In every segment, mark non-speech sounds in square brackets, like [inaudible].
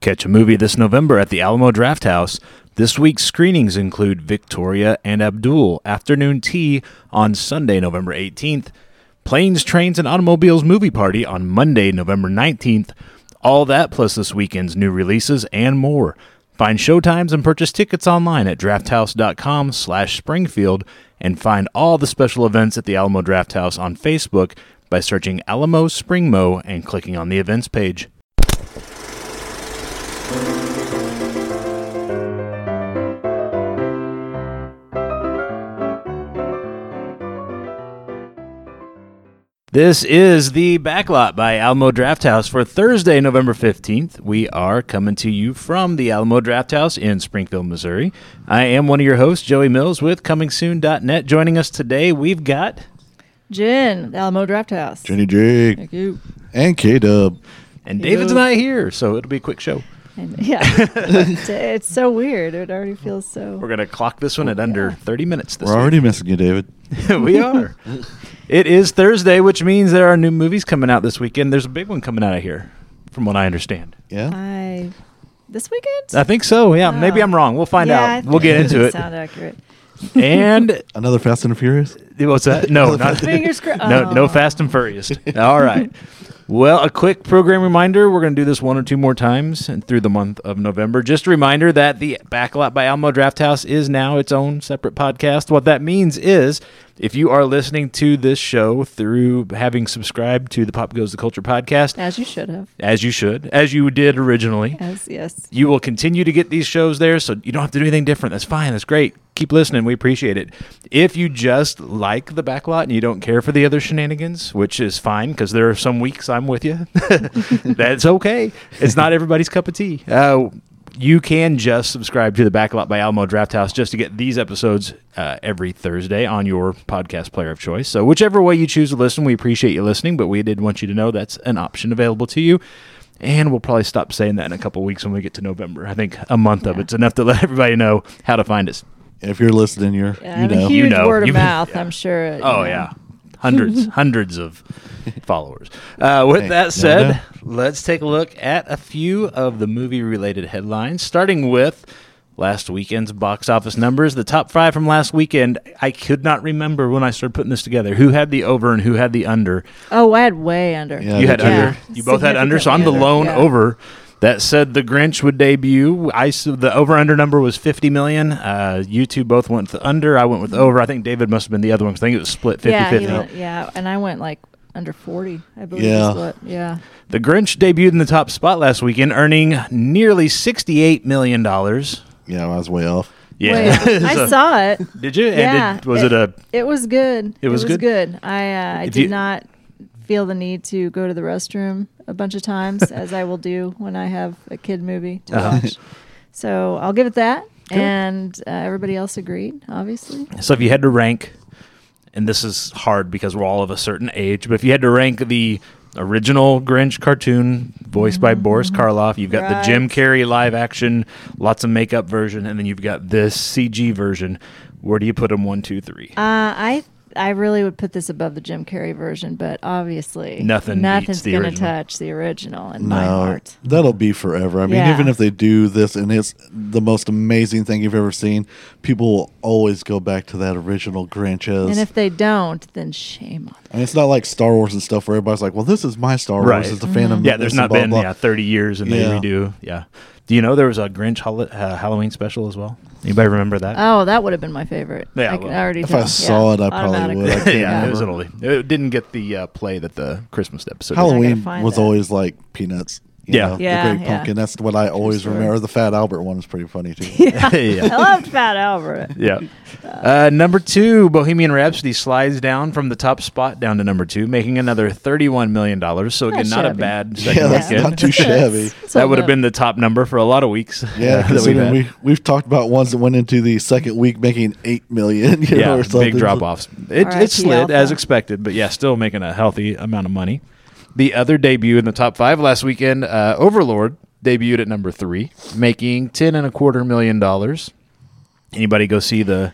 Catch a movie this November at the Alamo Drafthouse. This week's screenings include Victoria and Abdul, Afternoon Tea on Sunday, November 18th, Planes, Trains, and Automobiles Movie Party on Monday, November 19th, all that plus this weekend's new releases and more. Find showtimes and purchase tickets online at drafthouse.com slash Springfield and find all the special events at the Alamo Drafthouse on Facebook by searching Alamo Springmo and clicking on the events page. This is the Backlot by Alamo Drafthouse for Thursday, November 15th. We are coming to you from the Alamo Drafthouse in Springfield, Missouri. I am one of your hosts, Joey Mills with ComingSoon.net. Joining us today, we've got Jen, the Alamo Draft House. Jenny J Thank you. and K Dub. and David's Hello. not here, so it'll be a quick show. And yeah, it's, it's so weird. It already feels We're so. gonna clock this Oh, one at under 30 minutes. This We're already missing [laughs] you, David. week. [laughs] we are. It is Thursday, which means there are new movies coming out this weekend. There's a big one coming out of here, from what I understand. Yeah. I this weekend. I think so. Yeah, maybe Oh. I'm wrong. We'll find Yeah, I out. We'll think get that into doesn't it. Sound accurate. [laughs] And Another Fast and Furious. What's that? No, not [laughs] Fingers cro- No, no Oh. fast and [laughs] furious. All right. Well, a quick program reminder. We're going to do this one or two more times and through the month of November. Just a reminder that the Backlot by Alamo Drafthouse is now its own separate podcast. What that means is if you are listening to this show through having subscribed to the Pop Goes the Culture podcast, As you should have. as you should, as you did originally, As yes. you will continue to get these shows there, so you don't have to do anything different. That's fine. That's great. Keep listening. We appreciate it. If you just like the backlot and you don't care for the other shenanigans, which is fine because there are some weeks I'm with you, that's okay. It's not everybody's cup of tea. Uh, you can just subscribe to the Backlot by Alamo Drafthouse just to get these episodes uh, every Thursday on your podcast player of choice. So, whichever way you choose to listen, we appreciate you listening, but we did want you to know that's an option available to you. And we'll probably stop saying that in a couple weeks when we get to November. I think a month of Yeah. it's enough to let [laughs] everybody know how to find us. If you're listening, you're Yeah, you and know. a huge know, word of you- [laughs] mouth. yeah. I'm sure. you Oh know. yeah, [laughs] hundreds, hundreds of followers. Uh, with Hey, that you said, never let's take a look at a few of the movie-related headlines, starting with last weekend's box office numbers. The top five from last weekend. I could not remember when I started putting this together who had the over and who had the under. Oh, I had way under. Yeah. You had did you? under. You both had under, so I'm the Significantly lone under, yeah. over. That said, the Grinch would debut. I s- the over under number was 50 million. Uh, you two both went with under. I went with over. I think David must have been the other one. 'cause I think it was split 50 yeah, he 50. went- yeah, and I went like under 40. I believe. Yeah. Is what, yeah. The Grinch debuted in the top spot last weekend, earning nearly $68 million. Yeah, I was way off. Way [laughs] up. So- I saw it. Did you? [laughs] And Yeah. did- was it, a. It was good. It was good? I uh, I If did you- not feel the need to go to the restroom a bunch of [laughs] times as I will do when I have a kid movie to Uh-huh. watch. So I'll give it that. And uh, everybody else agreed, obviously. So if you had to rank, and this is hard because we're all of a certain age, but if you had to rank the original Grinch cartoon voiced by Boris Karloff, you've got Mm-hmm. Right. the Jim Carrey live action, lots of makeup version, and then you've got this CG version. Where do you put them? One, two, three. Uh, I I really would put this above the Jim Carrey version, but obviously Nothing beats nothing's the going to original. touch the original in my No, heart. that'll be forever. I mean, Yeah. even if they do this and it's the most amazing thing you've ever seen, people will always go back to that original Grinch as. And if they don't, then shame on them. and it's not like Star Wars and stuff where everybody's like, "Well, this is my Star Wars." Right. Mm-hmm. It's the Phantom. yeah, there's this and not blah, been blah. yeah 30 years, and Yeah. they redo. Yeah. Do you know there was a Grinch hol- uh, Halloween special as well? Anybody remember that? Oh, that would have been my favorite. Yeah, I, can, well, I already if I tell. saw it, I probably automatically. would. I can't [laughs] [laughs] yeah, it remember. was an oldie. It didn't get the uh, play that the Christmas episode. did. Halloween find was that. always like peanuts. you Yeah. know, Yeah, the Great yeah. Pumpkin. That's what I always story. remember. The Fat Albert one was pretty funny [laughs] too. [laughs] yeah. I loved Fat Albert. Yeah. Uh, number two, Bohemian Rhapsody slides down from the top spot down to number two, making another $31 million. So, again, not a shabby. bad second yeah, that's weekend. not too shabby. [laughs] that would have been the top number for a lot of weeks. [laughs] Yeah, that we've considering had. we we've talked about ones that went into the second week making eight million. [laughs] You [laughs] know, yeah, or something. big drop offs. It, RIP it slid Alpha. as expected, but yeah, still making a healthy amount of money. The other debut in the top five last weekend, uh, Overlord debuted at number three, making ten and a quarter million dollars. Anybody go see the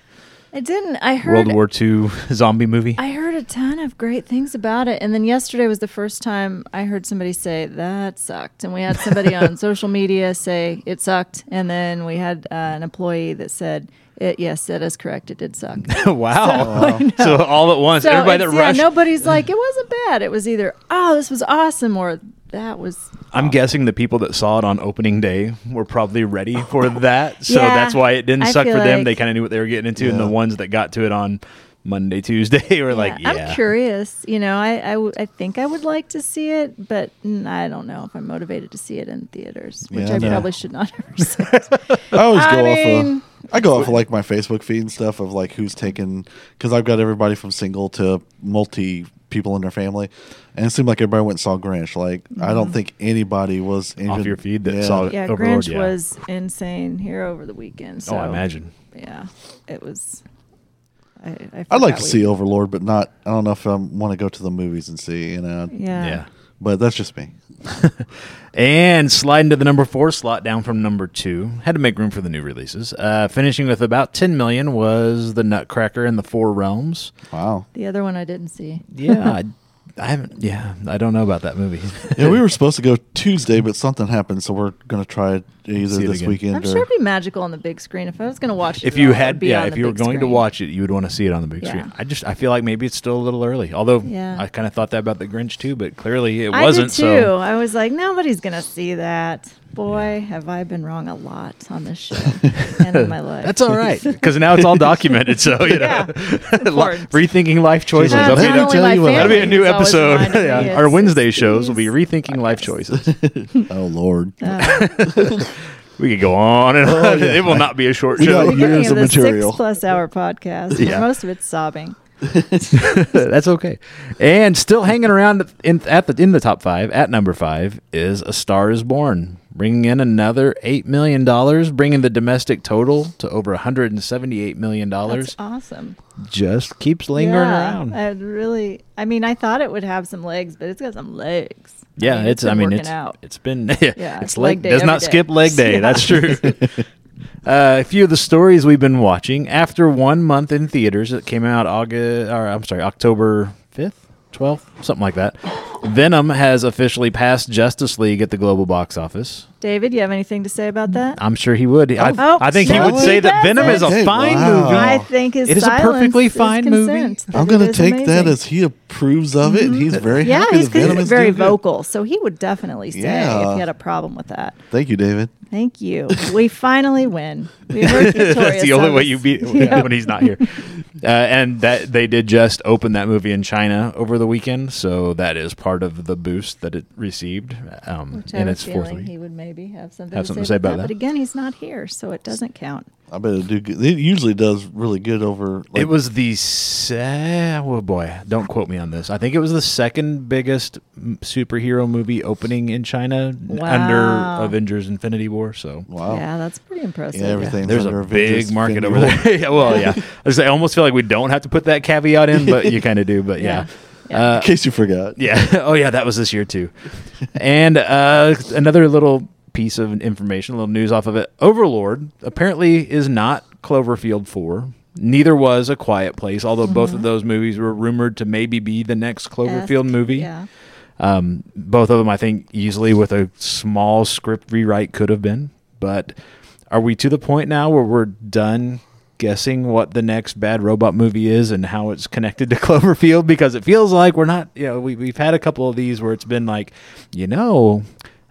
It didn't. I heard World War II [laughs] zombie movie. I [laughs] heard a ton of great things about it. And then yesterday was the first time I heard somebody say, that sucked. And we had [laughs] somebody on social media say, it sucked. And then we had uh, an employee that said, it, yes, that is correct. It did suck. wow. [laughs] So, all at once, So everybody that it's- yeah, rushed. nobody's like, it wasn't bad. It was either, oh, this was awesome, or that was. I'm guessing the people that saw it on opening day were probably ready for [laughs] that. So Oh. Yeah, that's why it didn't I suck for feel them. like- They kind of knew what they were getting into. And the Yeah. ones that got to it on Monday, [laughs] Tuesday were like, yeah. I'm curious. You know, I, I, w- I think I would like to see it, but mm, I don't know if I'm motivated to see it in theaters, which Yeah, I no. probably should not [laughs] ever say. [laughs] I always go I off. mean- Of, I go off of like my Facebook feed and stuff of like who's taken because I've got everybody from single to multi people in their family, and it seemed like everybody went and saw Grinch. Like I don't think anybody was Off injured- your feed that yeah. saw it. Mm-hmm. yeah, Overlord, Grinch yeah. was insane here over the weekend. So Oh, I imagine. Yeah, it was. I, I I'd like forgot to we- see Overlord, but not. I don't know if I want to go to the movies and see. You know. Yeah. Yeah. But that's just me. And sliding to the number four slot down from number two. Had to make room for the new releases. Uh, finishing with about 10 million was The Nutcracker and the Four Realms. Wow. The other one I didn't see. Yeah. I, I haven't, yeah, I don't know about that movie. yeah, we were supposed to go Tuesday, but something happened, so we're gonna try it either See it this again. weekend I'm or sure it'd be magical on the big screen. If I was going to watch [laughs] it, if at you all, it would had be yeah on if the you were big going to screen. watch it you would want to see it on the big Yeah. screen i just i feel like maybe it's still a little early although Yeah. i kind of thought that about the grinch too but clearly it I wasn't did too. so I was like, nobody's going to see that. Boy, have I been wrong a lot on this [laughs] show and in my life. that's all [laughs] right because now it's all documented so you know Yeah, [laughs] it's Lo- important. rethinking life choices like, Uh, that'll, it's be, not only "Let me tell my you what- that'll be a family, new it's always episode reminding [laughs] me Yeah. it's- our it's wednesday shows will be these. rethinking life choices [laughs] [laughs] [laughs] oh Lord. Uh, we could go on [laughs] and on Oh, yeah. it will not be a short We show got- [laughs] beginning years of of the material. six plus hour podcast. where Yeah. Most of it's sobbing. That's okay. And still hanging around in at the in the top five at number five is A Star Is Born, bringing in another eight million dollars, bringing the domestic total to over 178 million That's dollars. awesome. Just keeps lingering Yeah, around. I really, I mean, I thought it would have some legs, but it's got some legs. yeah, I mean, it's. I been mean, working it's out. it's been [laughs] yeah, it's it's leg, leg day does every not day. skip leg day. Yeah. That's true. [laughs] Uh, a few of the stories we've been watching after one month in theaters. It came out August, or I'm sorry, October fifth, twelfth, something like that. Venom has officially passed Justice League at the global box office. David, you have anything to say about that? I'm sure he would. I, Oh, I think he no, would he say that Venom is a doesn't. fine Wow. movie. I think his Oh. It is a silence perfectly is fine movie. consent, that I'm it gonna is take that amazing. as he approves of it, and he's Mm-hmm. very yeah, happy. he's, that Venom he's is very doing good. vocal, so he would definitely say Yeah. if he had a problem with that. Thank you, David. Thank you. We finally win. [laughs] We were victorious. That's the only on way this. you [laughs] beat Yeah. when he's not here. [laughs] Uh, and that they did just open that movie in China over the weekend, so that is part of the boost that it received um, Which I in have a its fourth feeling week. he would maybe have something, Have to, something say about that. But that. again, he's not here, so it doesn't count. I bet it do. Good. It usually does really good over. Like, it was the se- oh boy, don't quote me on this. I think it was the second biggest m- superhero movie opening in China n- Wow. under Avengers: Infinity War. So wow. Yeah, Yeah, that's pretty impressive. everything. there's under a Avengers big market Infinity over War. there. [laughs] yeah, well, yeah, I, was, I almost feel like we don't have to put that caveat in, but [laughs] you kind of do. But yeah. Yeah. Uh, In case you forgot. Yeah. [laughs] Oh, yeah. That was this year too. and uh, another little piece of information, a little news off of it. Overlord apparently is not Cloverfield four. Neither was A Quiet Place, although both of those movies were rumored to maybe be the next Cloverfield Esque, movie. Yeah. Um, both of them, I think, easily with a small script rewrite could have been. But are we to the point now where we're done guessing what the next bad robot movie is and how it's connected to [laughs] Cloverfield? Because it feels like we're not, you know, we, we've had a couple of these where it's been like, you know,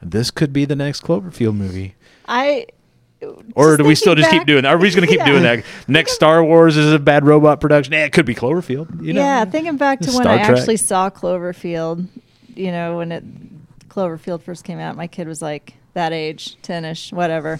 this could be the next Cloverfield movie. I. Or do we still just keep doing that? Are we just [laughs] going to keep doing that? Next Star Wars is a bad robot production. Eh, it could be Cloverfield. You know? yeah, thinking back to when Star I Trek. actually saw Cloverfield, you know, when it Cloverfield first came out, my kid was like that age, 10 ish, whatever.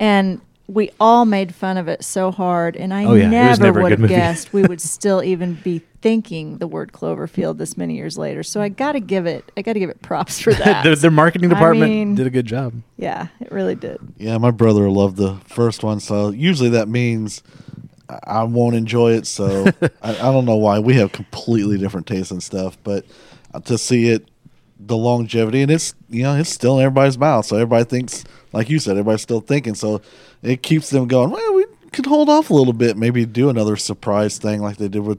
And we all made fun of it so hard. And I Oh, yeah, it was never, never a would good have movie. guessed we [laughs] would still even be thinking the word Cloverfield this many years later. So I got to give it, I got to give it [laughs] props for [laughs] that. their, their marketing I department mean- did a good job. yeah, it really did. Yeah, my brother loved the first one, so usually that means I- I won't enjoy it. So [laughs] I, I don't know why we have completely different tastes and stuff, but uh, to see it, the longevity, and it's you know it's still in everybody's mouth, so everybody thinks like you said, everybody's still thinking, so it keeps them going. Well, we could hold off a little bit, maybe do another surprise thing like they did with,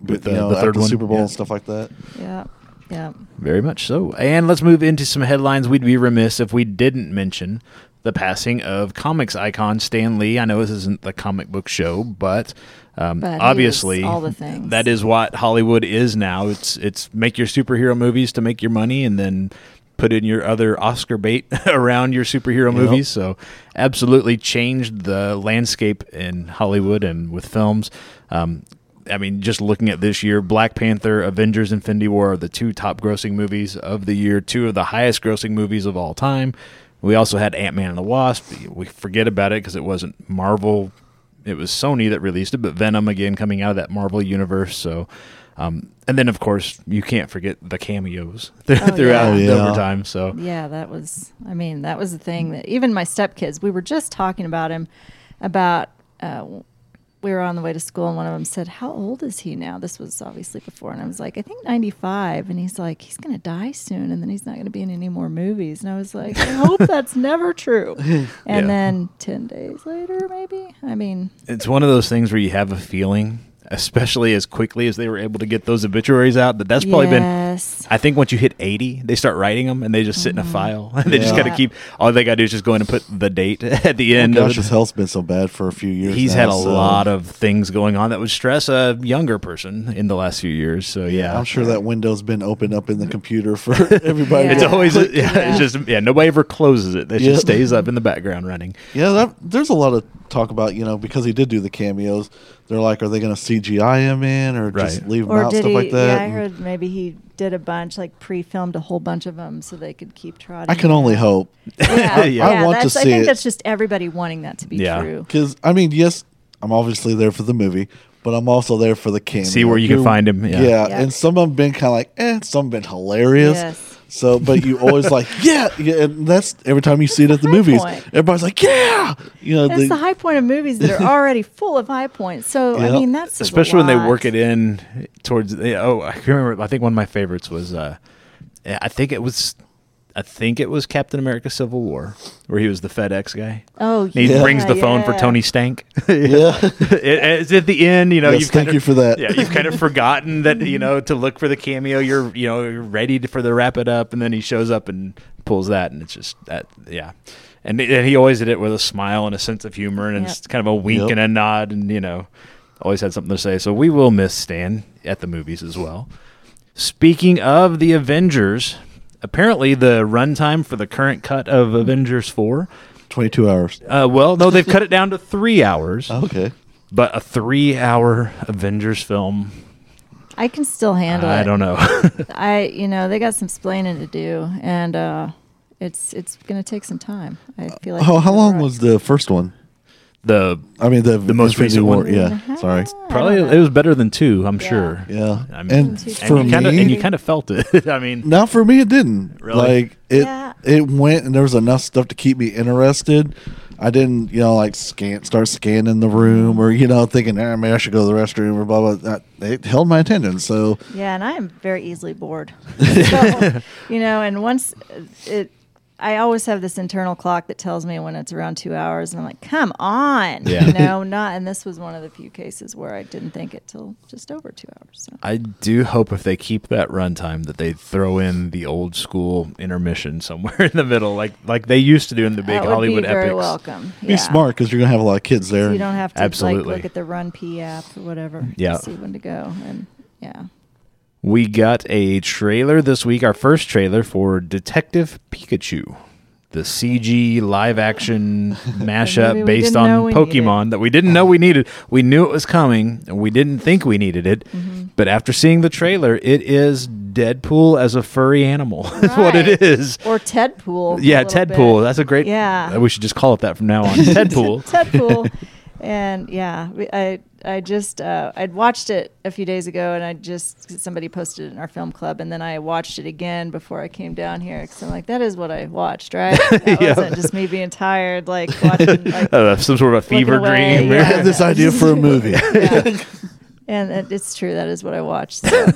With the- you know, the after third one, Super Bowl yeah. and stuff like that. Yeah. Yeah. Very much so. And let's move into some headlines. We'd be remiss if we didn't mention the passing of comics icon Stan Lee. I know this isn't the comic book show, but, um, But he is obviously all the things. that is what Hollywood is now. It's it's make your superhero movies to make your money, and then put in your other Oscar bait [laughs] around your superhero movies. So absolutely changed the landscape in Hollywood and with films. Um, I mean, just looking at this year, Black Panther, Avengers, Infinity War are the two top grossing movies of the year, two of the highest grossing movies of all time. We also had Ant Man and the Wasp. We forget about it because it wasn't Marvel. It was Sony that released it, but Venom again coming out of that Marvel universe. So, um, and then of course you can't forget the cameos [laughs] yeah. throughout Oh, yeah. over time. So Yeah, that was. I mean, that was the thing that even my stepkids. We were just talking about him. About uh, we were on the way to school, and one of them said, "How old is he now?" This was obviously before, and I was like, "I think 95." And he's like, "He's going to die soon, and then he's not going to be in any more movies." And I was like, "I [laughs] hope that's never true." And Yeah. then 10 days later, maybe. I mean, it's one of those things where you have a feeling, especially as quickly as they were able to get those obituaries out, that that's probably been yes. Mm-hmm. I think once you hit 80, they start writing them and they just sit in a file. [laughs] they just Yeah. Oh got to keep, all they got to do is just go in and put the date [laughs] at the end. Gosh, of his it. health's been so bad for a few years. He's now, had a so lot of things going on that would stress a younger person in the last few years. So, yeah. I'm sure that window's been opened up in the [laughs] computer for everybody. Yeah. It's to- always, [laughs] yeah, Yeah. it's just, yeah, nobody ever closes it. It Yeah. just stays up in the background running. Yeah, that, there's a lot of talk about you know because he did do the cameos. They're like, are they going to CGI him in or just Right. leave him Or out did stuff he? like that? Yeah, I And heard maybe he did a bunch, like pre-filmed a whole bunch of them, so they could keep trotting. I can it only out. hope [laughs] Yeah, I yeah, want to that's, I see think it. that's just everybody wanting that to be Yeah. true. because I mean, yes, I'm obviously there for the movie, but I'm also there for the cameo. See where you can You're- find him. Yeah. Yeah. Yeah. and some of them been kind of like, eh, some have been hilarious. Yes. So, but [laughs] you always like, yeah, yeah, and that's every time you see it at the high movies, point. everybody's like, yeah, you know, That's the high point of movies that are already full of high points. So I Yeah. mean, that's especially when they work it in towards the oh i can remember i think one of my favorites was uh i think it was i think it was captain america civil war where he was the fedex guy Oh, And he yeah, brings the phone for yeah. tony [laughs] stank [laughs] yeah. It- it's at the end you know Yes, you've kind thank of, you for that. yeah you've kind [laughs] of forgotten that you know to look for the cameo you're you know you're ready to, for the wrap it up and then he shows up and pulls that and it's just that yeah and, and he always did it with a smile and a sense of humor and Yep. it's kind of a wink Yep. and a nod and you know always had something to say so we will miss stan at the movies as well speaking of the avengers apparently the runtime for the current cut of avengers 4 22 hours. uh, well no they've cut it down to three hours Okay. but a three hour avengers film I can still handle it. i don't know [laughs] I you know they got some splaining to do, and uh, it's it's going to take some time. I feel like. Oh, how long was the first one? the I mean, the The most Infinity recent War, one? Mm-hmm. Yeah. Sorry. probably it was better than two i'm Yeah. sure Yeah. I mean, and And and for you kinda, me, and you kind of felt it [laughs] i mean not for me, it didn't. Really? Like it, Yeah. it went, and there was enough stuff to keep me interested. I didn't, you know, like scan, start scanning the room, or you know, thinking, eh, maybe I should go to the restroom, or blah blah. That, it held my attention. So Yeah, and I am very [laughs] easily bored. So, you know, and once it, I always have this internal clock that tells me when it's around two hours, and I'm like, come on, Yeah. [laughs] you know, not. And this was one of the few cases where I didn't think it till just over two hours. So. i do hope if they keep that runtime that they throw in the old school intermission somewhere [laughs] in the middle like like they used to do in the big that would hollywood be very epics welcome. be yeah. smart because you're gonna have a lot of kids there. So you don't have to Absolutely. like look at the Run P app or whatever Yeah. to see when to go, and yeah, we got a trailer this week our first trailer for detective pikachu the CG live [laughs] action movie mashup we based didn't know on we Pokemon that we didn't know we needed. We knew it was coming and we didn't think we needed it. Mm-hmm. But after seeing the trailer, it is Deadpool as a furry animal. [laughs] That's what Right. it is. or Ted Pool. Yeah, Ted Pool. That's a great. Yeah. we should just call it that from now on. [laughs] Ted Pool. Ted [laughs] Pool. [laughs] And yeah, we, I I just uh, I'd watched it a few days ago, and I just somebody posted it in our film club, and then I watched it again before I came down here because I'm like, that is what I [laughs] watched, right? That Yeah. wasn't just me being tired, like [laughs] watching. Like, Uh, some sort of a fever away, dream. [laughs] I yeah. had this idea for [laughs] a [laughs] movie. yeah. And it, it's true. That is what I watched. So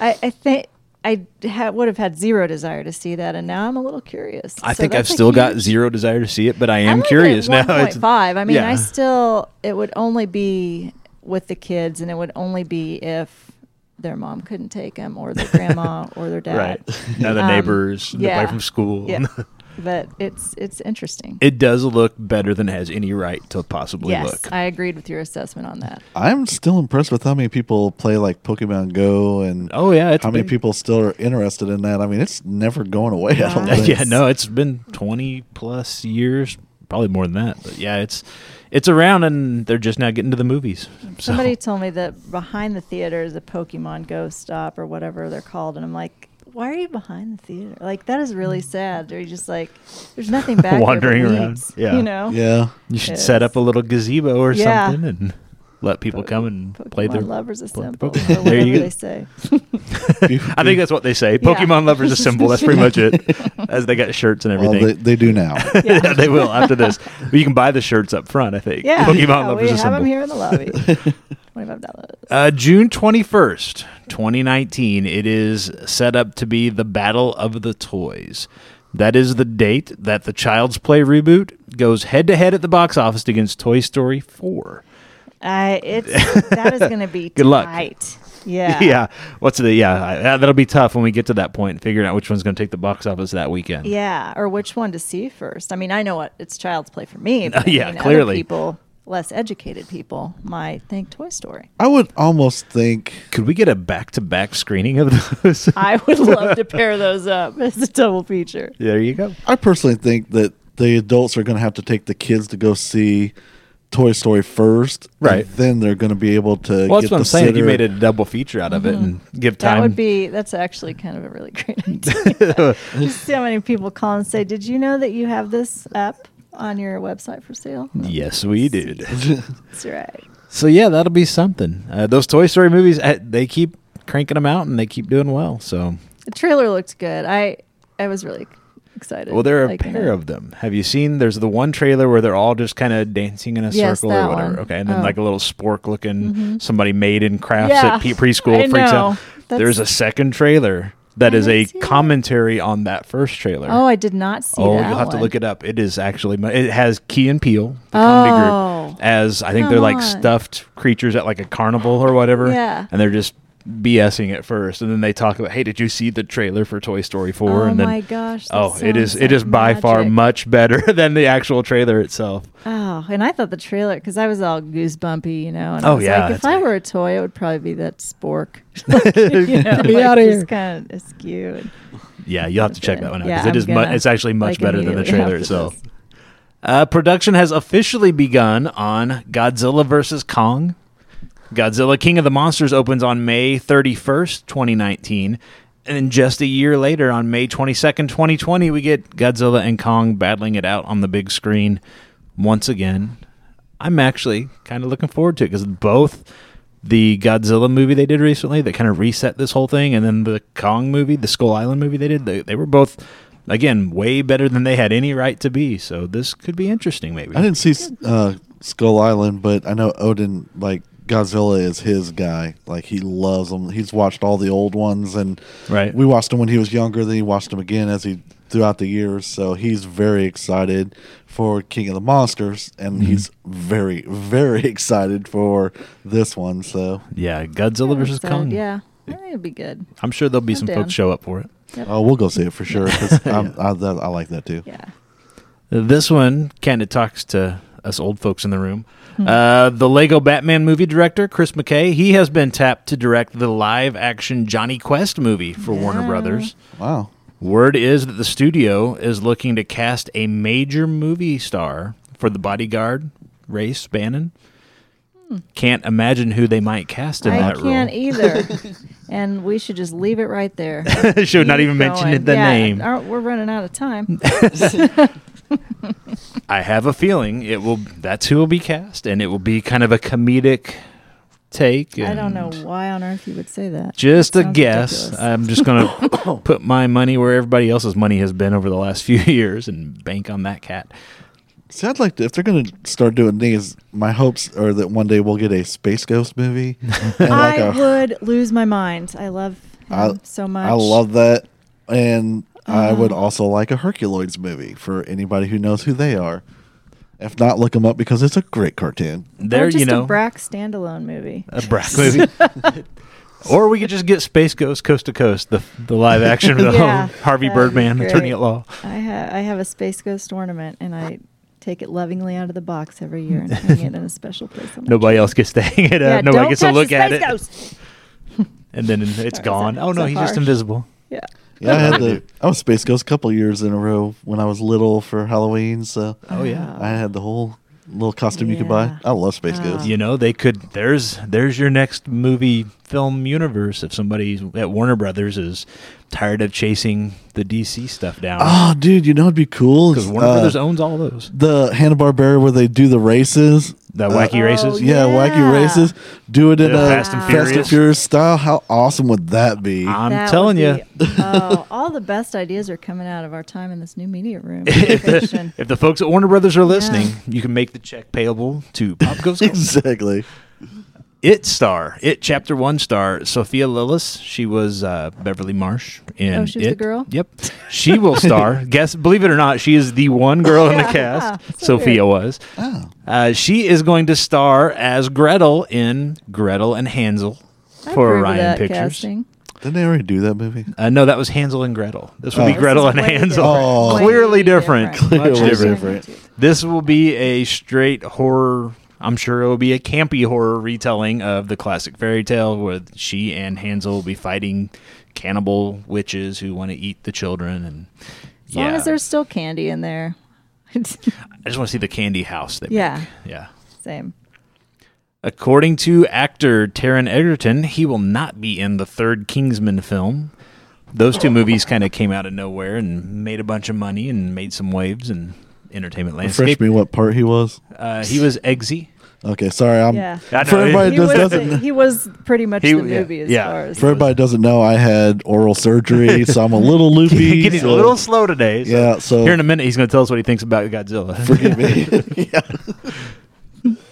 I, I think I ha- would have had zero desire to see that, and now I'm a little curious. I So think I've that's a still got huge- zero desire to see it, but I I am like it curious at now. [laughs] It's- 1.5. I mean, yeah. I still it would only be with the kids, and it would only be if their mom couldn't take them, or their [laughs] grandma, or their dad. Right. [laughs] Now the Um, neighbors, the yeah. boy from school. Yeah, but it's it's interesting. [laughs] It does look better than it has any right to possibly yes, look. I agreed with your assessment on that. I'm still impressed with how many people play like Pokemon Go and oh yeah, it's how many been- people still are interested in that. I mean, it's never going away. I don't Wow. think. [laughs] yeah, no, it's been 20 plus years, probably more than that. But yeah, it's it's around and they're just now getting to the movies. So Somebody told me that behind the theater is a Pokemon Go stop or whatever they're called, and I'm like, why are you behind the theater? Like that is really sad. They're just like, there's nothing [laughs] back here but Mm. Wandering around. weeds, Yeah. you know. Yeah. [laughs] you should Yes. set up a little gazebo or Yeah. something and let people Po- come and Pokemon play their lovers play their assemble. Pokemon. or There you whatever go. they say. [laughs] I think that's what they say. Yeah. Pokemon lovers assemble. That's pretty much [laughs] it. As they got shirts and Well, everything. they, they [laughs] do now. yeah. they will [laughs] after this. But you can buy the shirts up front, I think. [laughs] Yeah, Pokemon yeah, we lovers have assemble. them here in [laughs] the lobby. Twenty-five dollars. Uh, June 21st, 2019, it is set up to be the Battle of the Toys. That is the date that the Child's Play reboot goes head to head at the box office against Toy Story 4. Uh, it's [laughs] that is going to be Good luck. [laughs] tight. Yeah. What's the, yeah, I- yeah, that'll be tough when we get to that point and figuring out which one's going to take the box office that weekend. Yeah, or which one to see first. I mean, I know what it's child's play [laughs] for me. But I Yeah, mean, other clearly. people, less educated people, might think Toy Story. I would almost think Could we get a back to back screening of [laughs] those? I would [laughs] love to pair those up as a double feature. there you go. I personally think that the adults are going to have to take the kids to go see Toy Story first, and Right. then they're going to be able to. Well, that's what get the I'm saying. You sitter. made a double feature out of it Mm-hmm. and give time. That would be. That's actually kind of a [laughs] really great idea. Just see how many people call and say, "Did you know that you have this up on your website for sale?" yes, we did. [laughs] That's right. So yeah, that'll be something. Uh, those Toy Story movies, uh, they keep cranking them out and they keep doing well. So, The trailer looked good. I I was really excited. well, there are a Like, pair uh, of them. Have you seen? There's the one trailer where they're all just kind of dancing in a Yes, circle or that whatever. one. Okay, and then Oh. Mm-hmm. like a little spork looking somebody made in crafts Yeah, at pe- preschool I freaks out. know. There's a That's- second trailer that I is a haven't seen it. commentary on that first trailer. Oh, I did not see Oh, that. you'll have to one. look it up. It is actually mu- it has Key and Peele, the comedy Oh. group, as I think Come they're like on. stuffed creatures at like a carnival or whatever. Yeah. and they're just BSing at first, and then they talk about, hey, did you see the trailer for Toy Story four? Oh and then my gosh! that oh, it is sounds it like is by far magic. much better [laughs] than the actual trailer [laughs] itself. Oh, and I thought the trailer because I was all goosebumpy, you know. And Oh, I was yeah, like, that's if I right. were a toy, it would probably be that spork. [laughs] [laughs] Like, you know, Be like, outta here. Just kind of askew. and- Yeah, you'll have to check that one out because Yeah, it I'm is mu- gonna, it's actually much like, better than the immediately trailer after itself. this. Uh, production has officially begun on Godzilla vs. Kong. Godzilla King of the Monsters opens on May 31st, 2019. And then just a year later, on May 22nd, 2020, we get Godzilla and Kong battling it out on the big screen once again. I'm actually kind of looking forward to it because both the Godzilla movie they did recently that kind of reset this whole thing, and then the Kong movie, the Skull Island movie they did, they, they were both, again, way better than they had any right to be. So this could be interesting, maybe. I didn't see uh, Skull Island, but I know Odin like Godzilla is his guy. Like he loves them. He's watched all the old ones, and Right. we watched him when he was younger. Then he watched him again as he throughout the years. So he's very excited for King of the Monsters, and he's very very [laughs] excited for this one. So Yeah, Godzilla I'm versus excited, Kong. Yeah, I think it'd be good. I'm sure there'll be I'm some down. folks show up for it. oh, we'll go see it for sure. 'cause I'm- I, that- I like that too. Yeah. This one kind of talks to us old folks in the room. Hmm. Uh, the Lego Batman movie director, Chris McKay, he has been tapped to direct the live action Johnny Quest movie for Warner Yeah. Brothers. Wow. Word is that the studio is looking to cast a major movie star for the bodyguard, Ray Spannon. Can't imagine who they might cast in Hmm. I that can't role. [laughs] either, and we should just leave it right there. Should [laughs] not Keep even mention going. the Yeah, name. aren't- We're running out of time. [laughs] I have a feeling it will. That's who will be cast, and it will be kind of a comedic take. I don't and know why on earth you would say [laughs] that. Just a Sounds guess. ridiculous. I'm just [coughs] gonna put my money where everybody else's money has been over the last [laughs] few years and bank on that cat. See, I'd like to, if they're going to start doing these, my hopes are [laughs] that one day we'll get a Space Ghost movie. and like I a- would lose my mind. I love I, so much. Uh-huh. I love that. And I would also like a Herculoids movie for anybody who knows who they are. If not, look them up because it's a great cartoon. Or There, just you know, a Brack standalone movie. a [laughs] [laughs] Brack movie. or we could just get Space Ghost Coast to Coast, the the live [laughs] action film, Yeah, Harvey that'd be Birdman, Attorney great. at Law. I have I have a space ghost ornament, and I take it lovingly out of the box every year and hang it in a special place. On my Nobody else gets to [laughs] hang it tree. up. Yeah, Nobody don't gets touch to the look at it, space Ghost. and then it's that- gone. oh is no, that he's just harsh? invisible. Yeah. Yeah, I Yeah, had they the do. I was Space Ghost a couple years in a row when I was little for Halloween, so Oh yeah. I had the whole little costume you could buy. Yeah. I love Space Oh. Ghost. you know they could there's there's your next movie film universe if somebody at warner brothers is tired of chasing the dc stuff down Oh, dude, you know it'd be cool. because is, warner uh, brothers owns all those the Hanna Barbera where they do the races. Uh, the wacky Oh, races Yeah, wacky Yeah. races. Do it in The a Fast and Furious. Ah. Furious style. How awesome would that be? i'm That telling would you be- [laughs] oh, all the best ideas are coming out of our time in this new media room. Fiction. if the folks at warner brothers are listening you can make the check payable to pop [laughs] goes Gold. [laughs] exactly. it star it chapter one star sophia lillis she was uh, beverly marsh in Oh, she was the It. girl? yep she will [laughs] star guess believe it or not she is the one girl in the Yeah. cast [laughs] So sophia weird. was Oh, Uh, she is going to star as Gretel in Gretel and Hansel [laughs] I for approve of Orion that Pictures. casting. didn't they already do that movie? Uh, no, that was Hansel and Gretel. This will Oh. be This is Gretel and way Hansel. different, Oh. way Clearly different. Clearly Much different. different. This will be a straight horror. I'm sure it will be a campy horror retelling of the classic fairy tale with she and Hansel will be fighting cannibal witches who want to eat the children. And As yeah, long as there's still candy in there. [laughs] I just want to see the candy house. They Yeah. Make. Yeah. Same. According to actor Taron Egerton, he will not be in the third Kingsman film. Those two movies kind of came out of nowhere and made a bunch of money and made some waves in entertainment Refresh landscape. me what part he was. Uh, he was Eggsy. Okay, sorry. I'm Yeah. I for know, everybody It He just was, doesn't. he was pretty much He- the yeah, movie as yeah. far as [laughs] For everybody doesn't know, I had [laughs] oral surgery, so I'm a little loopy. Getting so- a little slow today. so Yeah, so Here in a minute, he's going to tell us what he thinks about Godzilla. forgive [laughs] me. [laughs] yeah.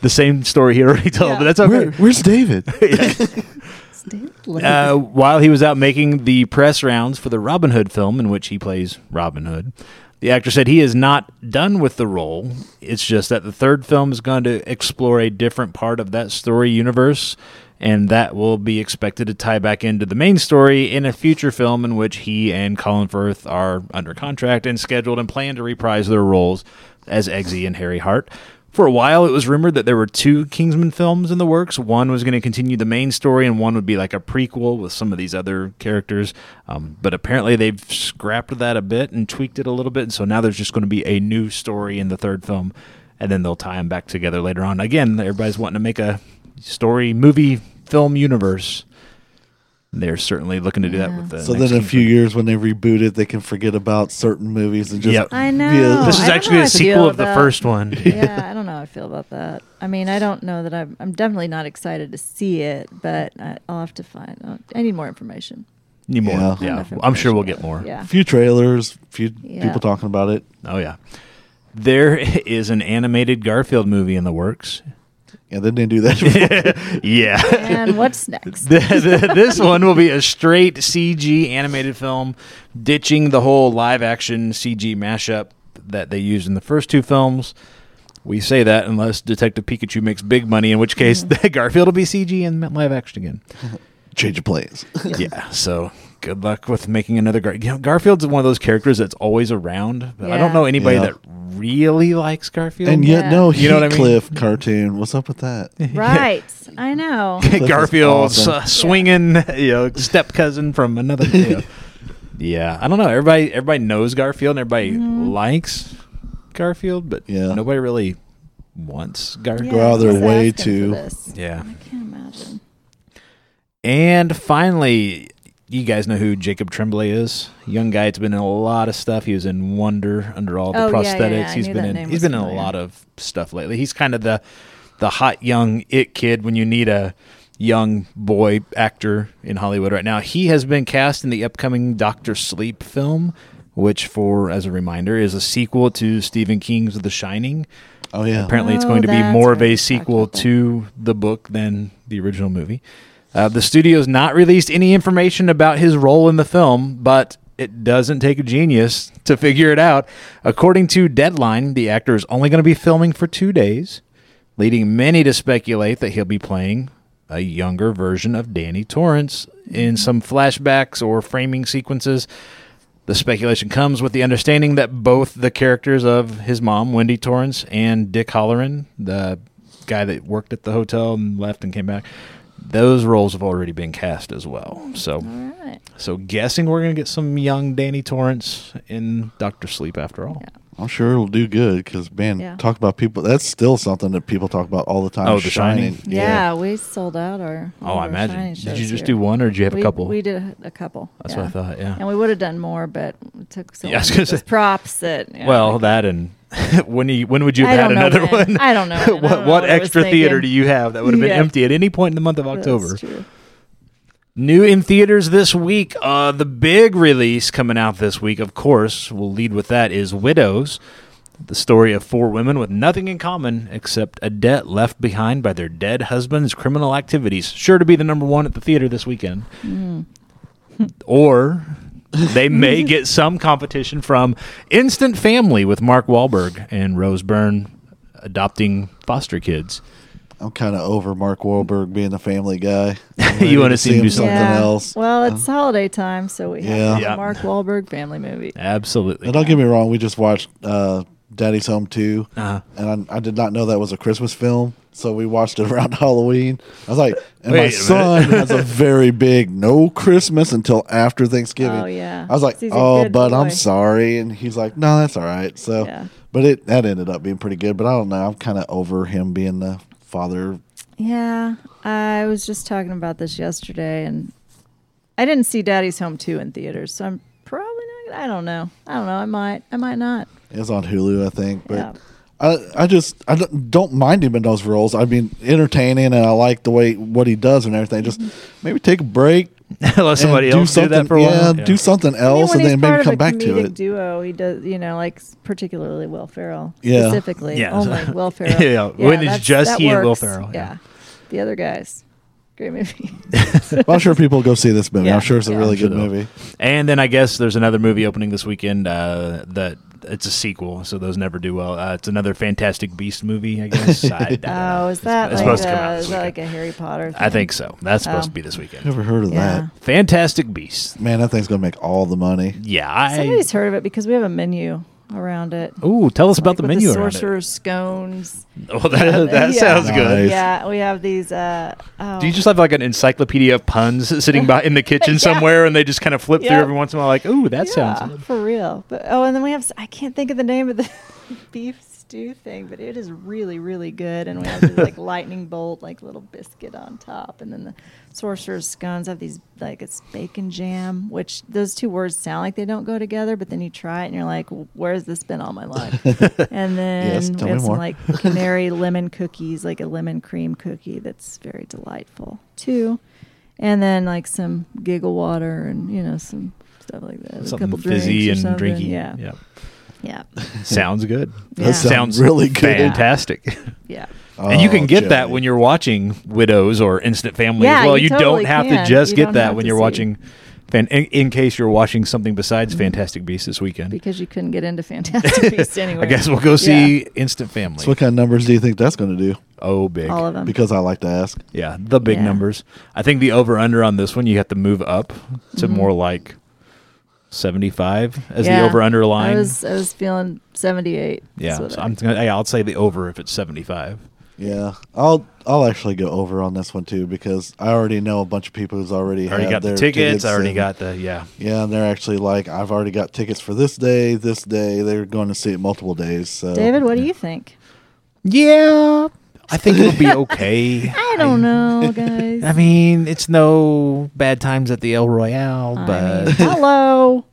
the same story he already told, Yeah. but that's Where, okay. where's David? [laughs] Stay late. uh, while he was out making the press rounds for the Robin Hood film, in which he plays Robin Hood, the actor said he is not done with the role. It's just that the third film is going to explore a different part of that story universe, and that will be expected to tie back into the main story in a future film in which he and Colin Firth are under contract and scheduled and plan to reprise their roles as Eggsy and Harry Hart. For a while, it was rumored that there were two Kingsman films in the works. One was going to continue the main story, and one would be like a prequel with some of these other characters. Um, but apparently, they've scrapped that a bit and tweaked it a little bit. And so now there's just going to be a new story in the third film, and then they'll tie them back together later on. Again, everybody's wanting to make a story, movie, film universe. They're certainly looking to do that Yeah. with the. So next then, in a Kingsman. few years when they reboot it, they can forget about certain movies and just Yep. I know. Yeah. This Oh, I is don't actually know a how I feel sequel of the about- first one. [laughs] yeah, I don't know how I feel about that. I mean, I don't know that I'm. I'm definitely not excited to see it, but I, I'll have to find. I'll- I need more information. Need more? Yeah. Yeah, Enough I'm sure information we'll about get it. more. Yeah. few trailers, few Yeah. people talking about it, Oh yeah. There [laughs] is an animated Garfield movie in the works. [laughs] and then they do that. Yeah. [laughs] And what's next? this one will be a straight CG animated film, ditching the whole live action CG mashup that they used in the first two films. We say that unless Detective Pikachu makes big money, in which case [laughs] Garfield will be CG and live action again. [laughs] change of plans. yeah. So good luck with making another Gar. You know, Garfield's one of those characters that's always around. but I Yeah. don't know anybody Yeah. that really likes Garfield. and yet, Yeah. no You know what I mean? Heathcliff cartoon. What's up with that? [laughs] right. I [laughs] know. is Garfield's awesome. uh, swinging, [laughs] you know, step cousin from another. You know. yeah, I don't know. Everybody, everybody knows Garfield, and everybody likes Garfield, but Yeah. nobody really wants Garfield. Go out of their who's way asking for to- this? Yeah. I can't imagine. And finally, you guys know who Jacob Tremblay is. Young guy. It's been in a lot of stuff. He was in Wonder under all the Oh, yeah, prosthetics. yeah, yeah. I He's knew been that in. name He's was been in a familiar. lot of stuff lately. He's kind of the the hot young it kid when you need a young boy actor in Hollywood right now. He has been cast in the upcoming Doctor Sleep film, which, for as a reminder, is a sequel to Stephen King's The Shining. Oh yeah, Apparently, it's Oh, going to be that's more right. of a We talked sequel about that. to the book than the original movie. Uh, the studio's not released any information about his role in the film, but it doesn't take a genius to figure it out. According to Deadline, the actor is only going to be filming for two days, leading many to speculate that he'll be playing a younger version of Danny Torrance in some flashbacks or framing sequences. The speculation comes with the understanding that both the characters of his mom, Wendy Torrance, and Dick Holleran, the guy that worked at the hotel and left and came back, those roles have already been cast as well. Oh. So, All right. so guessing we're gonna get some young Danny Torrance in Doctor Sleep after all. Yeah. I'm sure it'll do good because man, Yeah. talk about people. That's still something that people talk about all the time. Oh, The Shining? Yeah, we sold out our. Oh, I imagine. Did you just do one? one, or did you have we, a couple? We did a, a couple. That's yeah. what I thought. Yeah. And we would have done more, but it took so Yeah, I was long gonna with those say- props that. yeah. Well, that and [laughs] when you when would you I have had don't know another when. one? I don't [laughs] know when. I don't what know what what I was extra theater thinking. do you have that would have been Yeah. empty at any point in the month of That's October? true. New in theaters this week. Uh, the big release coming out this week, of course, we'll lead with that is Widows, the story of four women with nothing in common except a debt left behind by their dead husband's criminal activities. Sure to be the number one at the theater this weekend. or they may get some competition from Instant Family with Mark Wahlberg and Rose Byrne adopting foster kids. I'm kind of over Mark Wahlberg being the Family Guy. I'm [laughs] You ready wanna see him do something yeah. else? Well, it's holiday time, so we Yeah. have Yeah. a Mark Wahlberg family movie. Absolutely. And don't get me wrong, we just watched uh, Daddy's Home 2, Uh-huh. and I, I did not know that was a Christmas film, so we watched it around [laughs] Halloween. I was like, and Wait a my son has a very big no Christmas until after Thanksgiving. Oh, yeah. I was like, He's a oh, good but boy." I'm sorry, and he's like, no, that's all right. So, Yeah. but it that ended up being pretty good. But I don't know, I'm kind of over him being the father. Yeah, I was just talking about this yesterday, and I didn't see Daddy's Home Two in theaters, so I'm probably not. gonna- I don't know. I don't know. I might. I might not. It was on Hulu, I think, but. Yeah. I, I just I don't don't mind him in those roles. I mean, entertaining, and I like the way what he does and everything. Just Mm-hmm. maybe take a break, [laughs] Let somebody and do else do that something- for a while. Yeah, do something else, I mean, when and he's Oh, then maybe part come of a back to comedic it. Duo, he does, you know, like s- particularly Will Ferrell, Yeah. specifically, Yeah. only [laughs] Will Ferrell. Yeah, when it's that's- just that he and Will works. Ferrell, yeah. Yeah. the other guys, [laughs] great movie. [laughs] Well, I'm sure people go see this movie. Yeah, I'm sure it's a yeah. really Sure good they'll. movie. And then I guess there's another movie opening this weekend uh, that it's a sequel, so those never do well. Uh, it's another Fantastic Beast movie, I [laughs] guess. I, I don't know. Oh, is that It's like supposed to come out a, this is that weekend. like a Harry Potter? Thing? I think so. That's supposed Oh. to be this weekend. Never heard of Yeah. Fantastic Beast. that. Man, that thing's gonna make all the money. Yeah, I. Somebody's heard of it because we have a menu around it. Ooh, tell us about Like the with menu. The around it. sorcerer's scones. Oh, [laughs] that, [laughs] that Yeah. sounds good. Nice. Yeah, we have these. Uh, oh. Do you just have like an encyclopedia of puns [laughs] sitting by in the kitchen [laughs] Yeah. somewhere, and they just kind of flip through Yep. every once in a while, like, "Ooh, that sounds." Yeah, for real. But oh, and then we have s- I can't think of the name of the [laughs] beef stew thing, but it is really really good. And we have this [laughs] like lightning bolt like little biscuit on top, and then the sorcerer's scones have these like it's bacon jam, which those two words sound like they don't go together, but then you try it and you're like, where has this been all my [laughs] life? and then Yes, tell we me have some more. like canary lemon cookies, like a lemon cream cookie that's very delightful too. And then like some giggle water and you know some stuff like that. Uh, a Something couple fizzy drinks and or something. drinky. Yeah, yeah, Yep. yeah. [laughs] [laughs] Sounds good. That Yeah. sounds really good. Fantastic. [laughs] [laughs] and Oh, you can get that Joey. when you're watching Widows or Instant Family Yeah, as well. you You, totally don't have can. to just You get don't that have when to you're see. watching. Fan, in, in case you're watching something besides Fantastic Beasts this weekend, Mm-hmm. [laughs] Because you couldn't get into Fantastic Beasts anyway. I guess we'll go see Instant Family. So, what kind of numbers do you think that's gonna do? oh, big. all of them. Because I like to ask. Yeah, the big Yeah. numbers. I think the over under on this one, you have to move up to more like 75 as Mm-hmm. Yeah. the over under line. I was I was feeling seventy eight. yeah, so I'm gonna, yeah, I'll say the over if it's 75. Yeah, I'll I'll actually go over on this one too because I already know a bunch of people who's already I already had got the their tickets. I already and- got the, yeah. Yeah, and they're actually like, I've already got tickets for this day, this day. They're going to see it multiple days. So [laughs] David, what do you think? Yeah. I think it'll [laughs] be okay. I [laughs] don't know, guys. I mean, it's no bad times at the El Royale, I but mean, hello.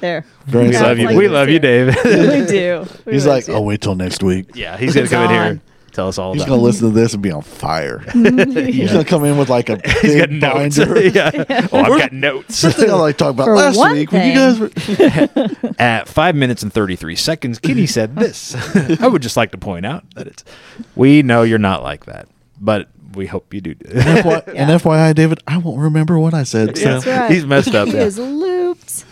there. [laughs] Very we Yeah, love it's you. like we this love you, here. Dave. [laughs] we do. We he's really like, do. oh, wait till next week. yeah, he's gonna It's come in here, on. tell us all He's about. gonna listen to this and be [laughs] on fire. He's gonna come in with like a [laughs] He's got big notes. [laughs] binder. yeah. Oh, I've got notes. [laughs] Something I like talked about For last one week when you thing. [laughs] guys were At five minutes and 33 seconds, [laughs] Kitty said this. I would just like to point out that it's. We know you're not like that, but we hope you do. [laughs] And FYI, and FYI, David, I won't remember what I said. So. That's right. He's messed up. He Yeah. is looped.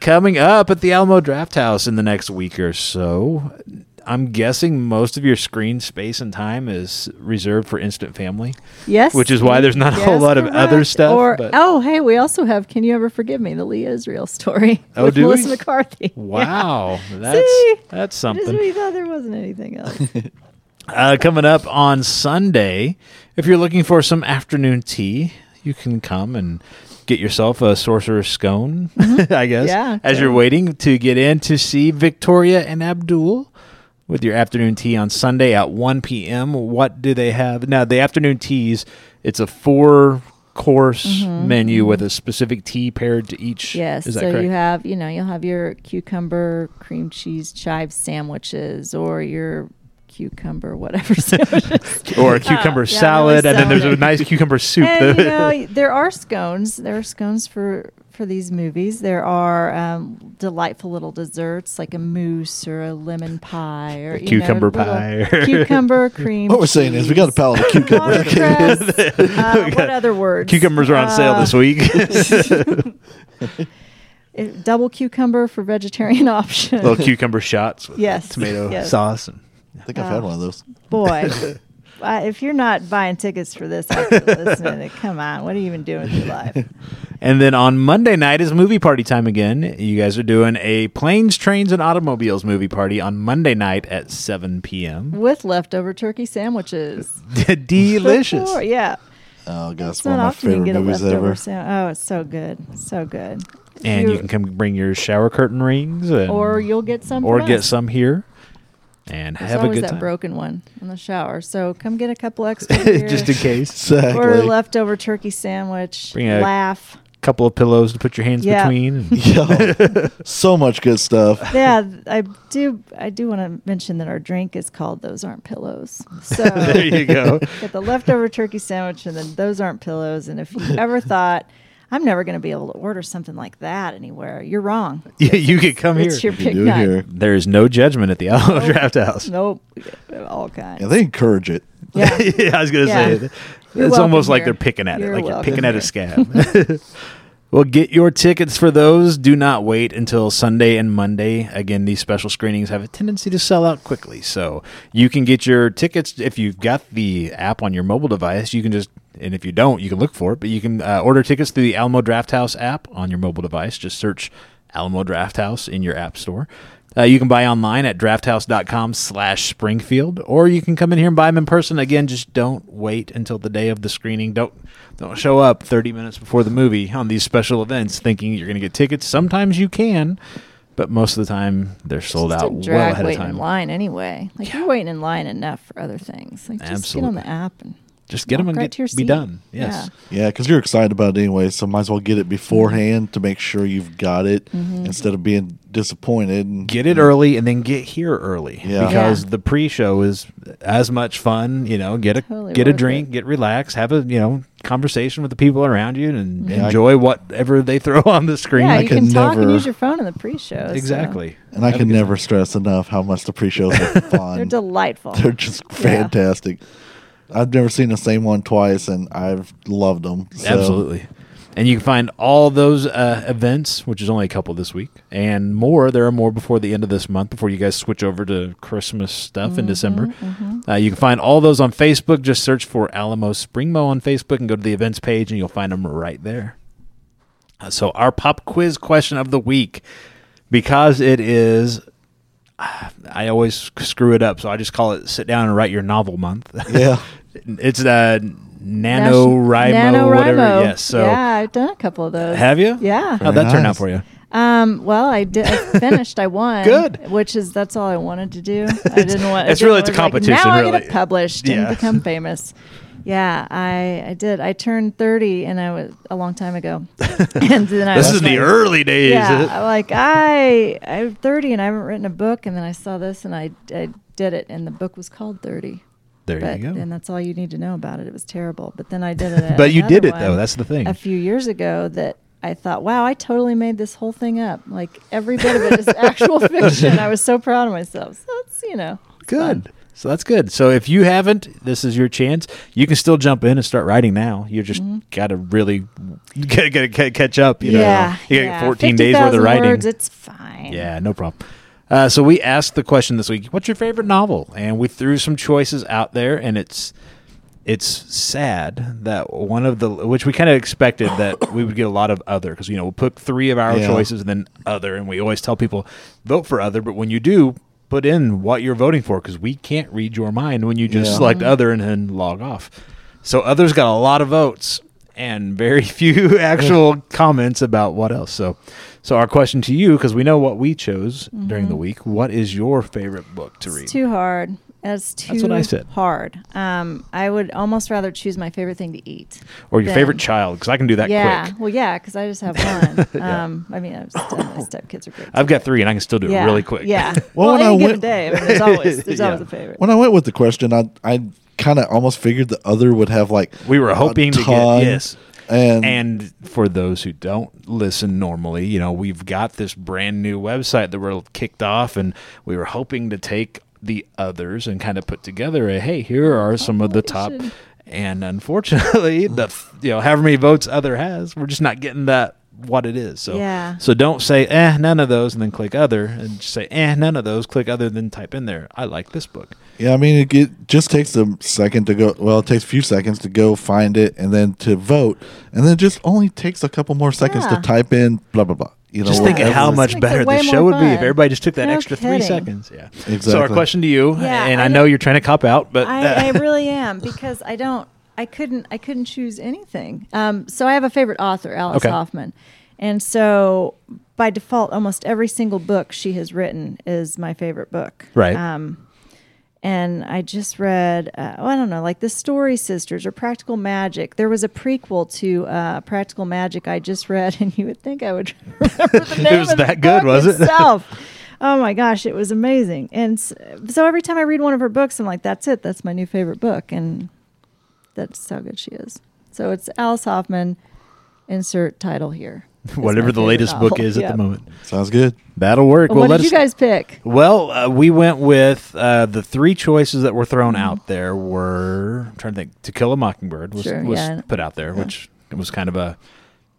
Coming up at the Alamo Draft House in the next week or so, I'm guessing most of your screen space and time is reserved for Instant Family. Yes. Which is why there's not a whole Yes, lot of other correct. stuff, Or but- oh, hey, we also have "Can You Ever Forgive Me?" the Leah Israel story Oh, with do we? Melissa McCarthy. [laughs] Wow, that's See? that's It is what something. he thought there wasn't [laughs] anything else. Uh, coming up on Sunday, if you're looking for some afternoon tea, you can come and get yourself a sorcerer's scone, [laughs] I guess. Mm-hmm. Yeah, As you're sure. waiting to get in to see Victoria and Abdul with your afternoon tea on Sunday at 1 p.m. What do they have? Now, the afternoon teas, it's a four course menu with a specific tea paired to each. Mm-hmm. Yes. Is that so correct? you have, you know, you'll have your cucumber cream cheese chive sandwiches or your cucumber whatever [laughs] sandwiches. Uh, or [laughs] a cucumber yeah, salad, really and then there's a salad. nice cucumber soup. [laughs] and you know, there are scones. There are scones for for these movies. There are um, delightful little desserts like a mousse or a lemon pie or you Cucumber know, little pie. [laughs] [laughs] cucumber cream. What we're saying is we got a pallet of [laughs] cucumber. Watercress. uh, [laughs] what other words? Cucumbers are on sale Uh, this week. [laughs] it- double cucumber for vegetarian [laughs] option. Little cucumber shots with Yes, tomato yes. sauce. And I think I've had one of those. [laughs] Boy, uh, if you're not buying tickets for this after [laughs] listening, come on, what are you even doing with your life? And then on Monday night is movie party time again. You guys are doing a planes, trains, and automobiles movie party on Monday night at 7 p.m. With leftover turkey sandwiches. [laughs] Delicious. Before- yeah. Oh, God, it's It's not one of my often you favorite can get a movies leftover ever. sandwich. Oh, it's so good. So good. And you can come bring your shower curtain rings and, or you'll get some. or from get us. some here and There's have a always good that time. broken one in the shower. So come get a couple extra. here. [laughs] Just in case. Exactly. Or [laughs] a leftover turkey sandwich. Bring a- Laugh. couple of pillows to put your hands Yeah. between. and- Yo, [laughs] so much good stuff. yeah, th- I do. I do want to mention that our drink is called "Those Aren't [laughs] Pillows." So [laughs] there you go. get the leftover turkey sandwich, and then those aren't pillows. And if you [laughs] ever thought I'm never going to be able to order something like that anywhere, you're wrong. you, you could come It's here. your You pick do night. here. There is no judgment at the Alamo Draft House. Nope, we get all kinds. Yeah, they encourage it. [laughs] Yeah. yeah, I was gonna Yeah. say You're it's almost welcome like here. they're picking at it, You're like you're welcome picking at a here. scab. [laughs] well, get your tickets for those. Do not wait until Sunday and Monday. Again, these special screenings have a tendency to sell out quickly, so you can get your tickets if you've got the app on your mobile device. You can just and if you don't, you can look for it. But you can uh, order tickets through the Alamo Draft House app on your mobile device. Just search Alamo Draft House in your app store. Uh, you can buy online at drafthouse.com slash Springfield, or you can come in here and buy them in person. Again, just don't wait until the day of the screening. Don't don't show up 30 minutes before the movie on these special events thinking you're going to get tickets. Sometimes you can, but most of the time they're sold Just out didn't well ahead of waiting in time. line anyway. Like you're waiting in line enough for other things. Like just get on Absolutely. the app and Just get them walk and right get, to your be seat. done. Yes. Yeah, because you're excited about it anyway, so might as well get it beforehand to make sure you've got it Mm-hmm. instead of being disappointed. And Get it early and then get here early Yeah. because Yeah. the pre-show is as much fun. You know, get a Totally get a worth drink, it. get relaxed, have a you know conversation with the people around you, and Yeah, I- enjoy whatever they [laughs] throw on the screen. Yeah, I you could can talk and never- use your phone in the pre-show. so Exactly. And I can never stress enough how much the pre shows [laughs] are fun. They're delightful. They're just [laughs] Yeah. fantastic. I've never seen the same one twice, and I've loved them. So. Absolutely. And you can find all those uh, events, which is only a couple this week, and more. There are more before the end of this month, before you guys switch over to Christmas stuff in December. Uh, you can find all those on Facebook. Just search for Alamo Springmo on Facebook and go to the events page, and you'll find them right there. Uh, so, our pop quiz question of the week, because it is. [sighs] I always screw it up, so I just call it "Sit Down and Write Your Novel Month." [laughs] Yeah. It's uh, NaNoWriMo, NaNoWriMo. whatever. Yes. So yeah, I've done a couple of those. have you? Yeah. How'd that Very turn out nice. for you? Um, well, I [laughs] did. I finished. I won. Good. Which is that's all I wanted [laughs] to do. I didn't want. I it's really- didn't it's a want, like, competition, now I really. get it published Yeah. [laughs] and become famous. Yeah, I I did. I turned thirty, and I was a long time ago. [laughs] and then I This was is in the like- early days. Yeah, I- like I I'm thirty, and I haven't written a book, and then I saw this, and I I did it, and the book was called Thirty. There but, you go. And that's all you need to know about it. It was terrible. But then I did [laughs] it. But you another did it, though. one That's the thing. A few years ago, that I thought, wow, I totally made this whole thing up. [laughs] Like every bit of it is actual fiction. I was so proud of myself. So it's you know, it's Good. fun. So that's good. So if you haven't, this is your chance. You can still jump in and start writing now. You just Mm-hmm. got to really [laughs] gotta, gotta, gotta catch up. You know, yeah, you got yeah. 14 days worth of 50,000 writing. Words, it's fine. Yeah, no problem. Uh, so we asked the question this week: What's your favorite novel? And we threw some choices out there, and it's it's sad that one of the which we kind of expected that we would get a lot of other because you know we'll put three of our Yeah. choices and then other, and we always tell people vote for other, but when you do. Put in what you're voting for because we can't read your mind when you just Yeah. select other and then log off. So others got a lot of votes and very [laughs] few actual comments about what else. So, so our question to you, because we know what we chose during the week, what is your favorite book to read? Mm-hmm. It's too hard. That's too That's what I said. hard. Um, I would almost rather choose my favorite thing to eat. or your than- favorite child? Because I can do that yeah. quick. Well, yeah, because I just [laughs] have one. Yeah. um, I mean, I was, my stepkids are great. I've got three, and I can still do yeah, it really quick. [laughs] Yeah. Well, Well, when any I given went- day, I mean, there's always there's always Yeah. a favorite. When I went with the question, I I kind of almost figured the other would have like we were a hoping to get ton, yes. and, And for those who don't listen normally, you know, we've got this brand new website that we're kicked off, and we were hoping to take the others and kind of put together a hey, here are some of the top. Compilation. And unfortunately, [laughs] the f- you know however many votes other has, we're just not getting that what it is. So Yeah. so don't say eh none of those and then click other and just say eh none of those click other then type in there I like this book. yeah, I mean it, it just takes a second to go. Well, it takes a few seconds to go find it and then to vote, and then it just only takes a couple more seconds Yeah. to type in blah blah blah. You know, Just think of whatever. how This much makes better it way the more show would be if fun. everybody just took that No extra three kidding. seconds. Yeah. So our Exactly. question to you, Yeah, and I, I know don't- you're trying to cop out, but [laughs] I, I really am because I don't. I couldn't. I couldn't choose anything. Um, so I have a favorite author, Alice Okay. Hoffman, and so by default, almost every single book she has written is my favorite book. Right. Um, and I just read. Uh, oh, I don't know, like the Story Sisters or Practical Magic. There was a prequel to uh, Practical Magic I just read, [laughs] and you would think I would remember [laughs] the name. was of the that good, book was it? itself. [laughs] oh my gosh, it was amazing. And s- so every time I read one of her books, I'm like, that's it. That's my new favorite book. And that's how good she is. So it's Alice Hoffman, insert [laughs] title here. It's my whatever the favorite latest book novel. is at Yep. the moment, sounds good. that'll work. Well, well, what let did us. you guys pick? well, uh, we went with uh, the three choices that were thrown Mm-hmm. out there were. I'm trying to think. To Kill a Mockingbird was, Sure, was yeah. put out there, which was kind of a.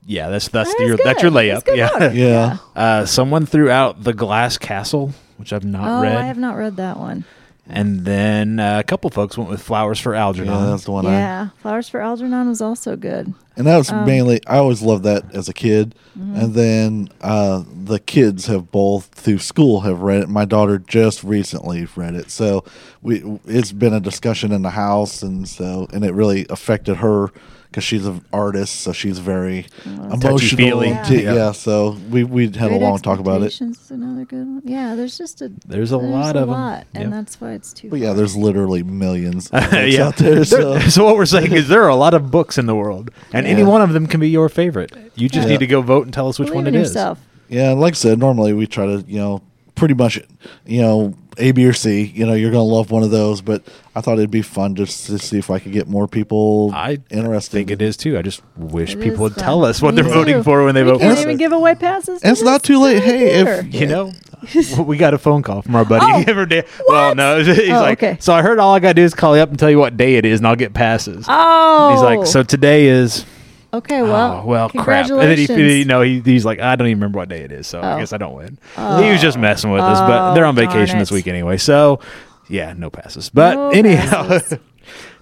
Yeah, that's that's That your is that's your good. That's layup. good Yeah. book. Yeah, [laughs] Uh, someone threw out the Glass Castle, which I've not Oh, read, I have not read that one. and then uh, a couple folks went with Flowers for Algernon. yeah, [laughs] that's the one. I yeah. Flowers for Algernon was also good. And that was Um, Mm-hmm. mainly I always loved that as a kid. And then uh, the kids have both through school have read it. My daughter just recently read it, so we it's been a discussion in the house, and so and it really affected her because she's an artist, so she's very emotional. Touchy-feely. and t- Yeah. yeah. so we we had Mm-hmm. Great a long talk about it. Expectations is Another good one. Yeah, there's just a There's a lot of 'em. lot, and Yep. that's why it's too. But yeah, hard. there's literally millions [laughs] of books yeah. [laughs] out there. So. There- so what we're saying is there are a lot of books in the world, and any Yeah. one of them can be your favorite. You just Yeah. need to go vote and tell us which Believe one it in is. yourself. Yeah, and like I said, normally we try to, you know, pretty much, you know, A, B, or C. You know, you're going to love one of those, but I thought it'd be fun just to see if I could get more people I interested. think it is too. I just wish It people is would fun. tell us what Me they're voting too. for when they we vote can't for even us. give away passes. to It's not this too late. Hey, if- year. [laughs] You [laughs] know, we got a phone call from our buddy. Oh, [laughs] Everda- well, no, [laughs] he's Oh, like, okay. so I heard all I got to do is call you up and tell you what day it is, and I'll get passes. oh, He's like, so today is. okay, well, oh, well, crap. And then congratulations. he, he, no, he, he's like, I don't even remember what day it is, so I Oh. guess I don't win. he was just messing with us, but Oh, they're on darn vacation this it. week anyway. So, yeah, no passes. But No anyhow, [laughs] passes.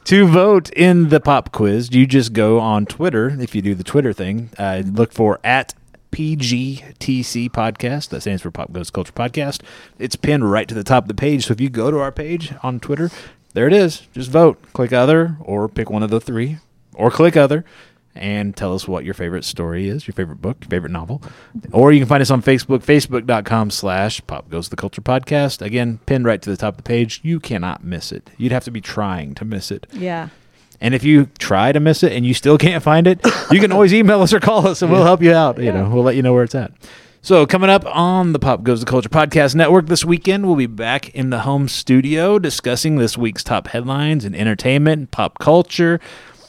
to vote in the pop quiz, you just go on Twitter. If you do the Twitter thing, uh, look for at PGTC podcast. That stands for Pop Goes Culture Podcast. It's pinned right to the top of the page. So if you go to our page on Twitter, there it is. Just vote. Click other or pick one of the three or click other and tell us what your favorite story is, your favorite book, your favorite novel. Or you can find us on Facebook, facebook.com slash pop goes the culture podcast. Again, pinned right to the top of the page. You cannot miss it. You'd have to be trying to miss it. yeah, And if you try to miss it and you still [laughs] can't find it, you can always email us or call us and we'll help you out. You Yeah. know, we'll let you know where it's at. So coming up on the Pop Goes the Culture Podcast Network this weekend, we'll be back in the home studio discussing this week's top headlines in entertainment and pop culture.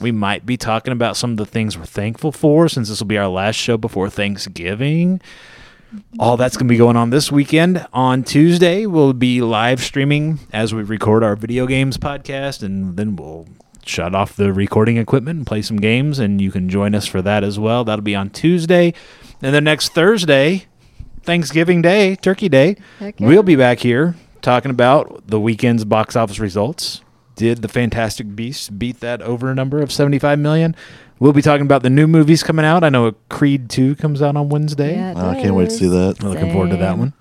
We might be talking about some of the things we're thankful for since this will be our last show before Thanksgiving. All that's going to be going on this weekend. On Tuesday, we'll be live streaming as we record our video games podcast, and then we'll shut off the recording equipment and play some games, and you can join us for that as well. That'll be on Tuesday. And then next Thursday, Thanksgiving Day, Turkey Day, Heck yeah. we'll be back here talking about the weekend's box office results. Did the Fantastic Beasts beat that over number of 75 million? We'll be talking about the new movies coming out. I know Creed 2 comes out on Wednesday. Yeah, it I can't wait to does. see that. We're looking forward to that Same. one.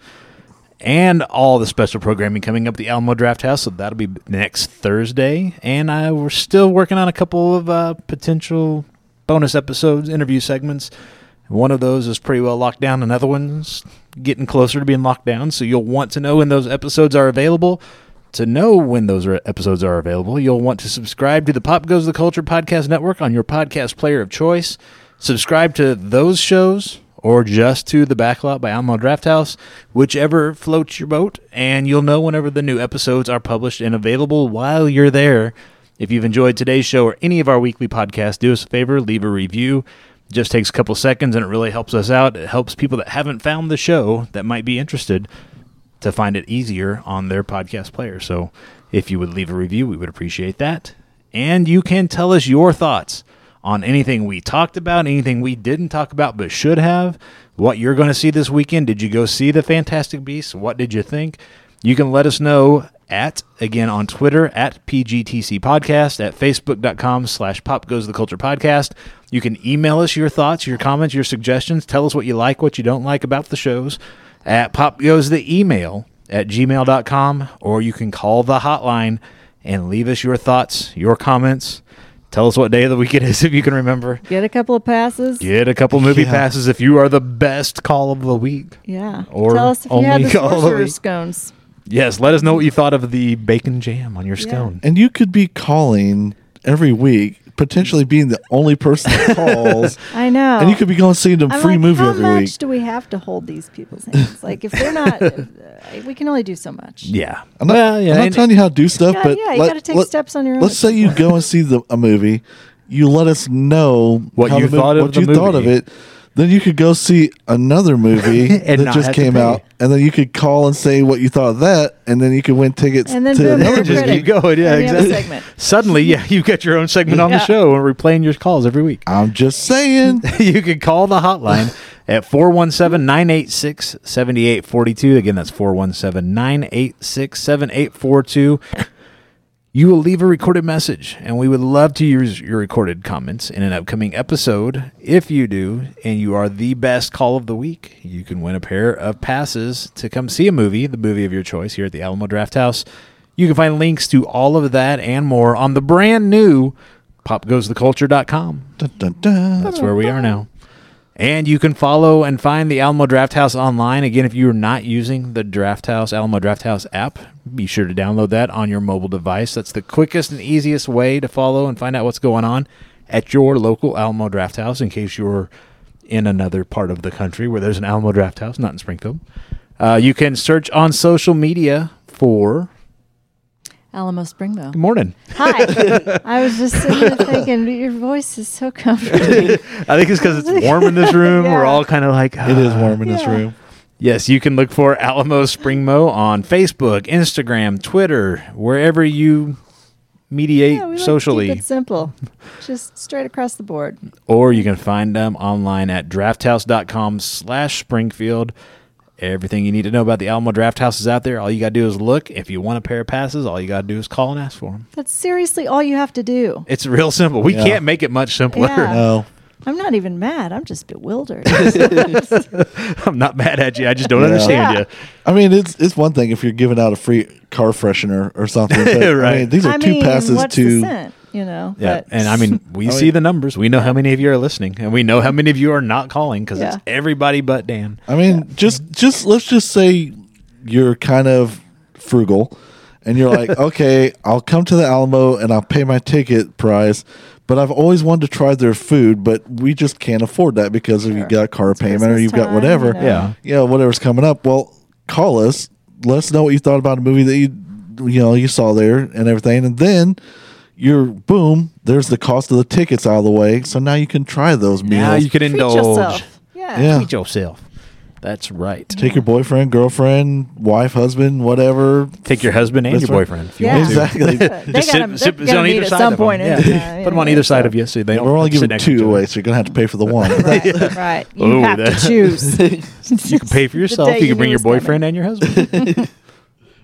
And all the special programming coming up at the Alamo Draft House. So that'll be next Thursday. And I, we're still working on a couple of uh, potential bonus episodes, interview segments. One of those is pretty well locked down. Another one's getting closer to being locked down. So you'll want to know when those episodes are available. To know when those are- episodes are available, you'll want to subscribe to the Pop Goes the Culture Podcast Network on your podcast player of choice. Subscribe to those shows or just to the Backlot by Alamo Drafthouse, whichever floats your boat, and you'll know whenever the new episodes are published and available while you're there. If you've enjoyed today's show or any of our weekly podcasts, do us a favor, leave a review. It just takes a couple seconds and it really helps us out. It helps people that haven't found the show that might be interested to find it easier on their podcast player. So if you would leave a review, we would appreciate that. And you can tell us your thoughts on anything we talked about, anything we didn't talk about but should have, what you're going to see this weekend. Did you go see the Fantastic Beasts? What did you think? You can let us know at, again, on Twitter, at PGTC Podcast, at facebook.com slash pop goes the culture podcast. You can email us your thoughts, your comments, your suggestions. Tell us what you like, what you don't like about the shows at pop goes the email at gmail.com or you can call the hotline and leave us your thoughts your comments tell us what day of the week it is [laughs] if you can remember Get a couple of passes. get a couple movie Yeah. passes if you are the best call of the week Yeah. Or Tell us if you had only [laughs] the all the sorcerer week. scones. yes let us know what you thought of the bacon jam on your Yeah. scone And you could be calling every week, potentially being the only [laughs] person that calls. I know. And you could be going seeing a I'm free like, movie how every much week. do we have to hold these people's hands? like, if [laughs] they're not, uh, we can only do so much. [laughs] yeah I'm not, I'm not and- telling you how to do stuff, Yeah, but yeah, you gotta take steps on your own Let's at say you go and see the, a movie, you let us know What how you the mov- thought of what the you thought of movie. it. Then you could go see another [laughs] movie And that not just have to came pay. out, and then you could call and say what you thought of that, and then you could win tickets And then to boom, another [laughs] you're a just movie. critic. keep going yeah And we have a exactly segment. suddenly yeah you've got your own segment on the Yeah. show and we're playing your calls every week I'm just [laughs] saying. [laughs] you can call the hotline at 417-986-7842 again that's 417-986-7842 you will leave a recorded message and we would love to use your recorded comments in an upcoming episode if you do and you are the best call of the week you can win a pair of passes to come see a movie the movie of your choice here at the alamo draft house you can find links to all of that and more on the brand new popgoestheculture.com Dun, dun, dun. that's where we are now. And you can follow and find the Alamo Draft House online. Again, if you're not using the Draft House, Alamo Draft House app, be sure to download that on your mobile device. That's the quickest and easiest way to follow and find out what's going on at your local Alamo Draft House in case you're in another part of the country where there's an Alamo Draft House, not in Springfield. Uh, you can search on social media for. Alamo Springbow. Good morning. Hi. [laughs] I was just sitting there thinking, your voice is so comforting. I think it's because it's warm in this room. Yeah. We're all kind of like. "Ah, It is warm in this Yeah. room. Yes, you can look for Alamo Springmo on Facebook, Instagram, Twitter, wherever you mediate Yeah, we like to keep socially. it simple. [laughs] Just straight across the board. Or you can find them online at drafthouse.com slash Springfield. Everything you need to know about the Alamo Draft House is out there. All you got to do is look. If you want a pair of passes, all you got to do is call and ask for them. That's seriously all you have to do. It's real simple. We Yeah. can't make it much simpler. Yeah. No. I'm not even mad. I'm just [laughs] bewildered. I'm not mad at you. I just don't Yeah. understand Yeah. you. I mean, it's it's one thing if you're giving out a free car freshener [laughs] or something. But, Right. I mean, these are I two mean, passes what's to the scent, you know? Yeah, But- and I mean, we Oh, see yeah. the numbers. We know how many of you are listening, and we know how many of you are not calling because it's Yeah. everybody but Dan. I mean, just just let's just say you're kind of frugal, and you're [laughs] like, okay, I'll come to the Alamo and I'll pay my ticket price, but I've always wanted to try their food, but we just can't afford that because if you Sure. got a car It's payment or Christmas you've got time, whatever, you know. Yeah. yeah, whatever's coming up. Well, call us. Let us know what you thought about a movie that you you know you saw there and everything, and then. You're boom. There's the cost of the tickets out of the way, so now you can try those meals. Now you can Treat indulge. yourself. Yeah. Yeah. Treat yourself. That's right. Take your boyfriend, girlfriend, wife, husband, whatever. Take your husband and That's your right. boyfriend if you Yeah. want to. [laughs] Exactly. They got Just them. sit- sit- sit on either side some of 'em. point. Yeah. in- yeah, Put them yeah, on yeah. either side of you so they don't. We're only sit giving next to each two other. away, so you're gonna have to pay for the one. [laughs] Right, right. You Oh, have that- to [laughs] choose. You can [laughs] pay for yourself. day You you can bring knew your it was boyfriend and coming. your husband.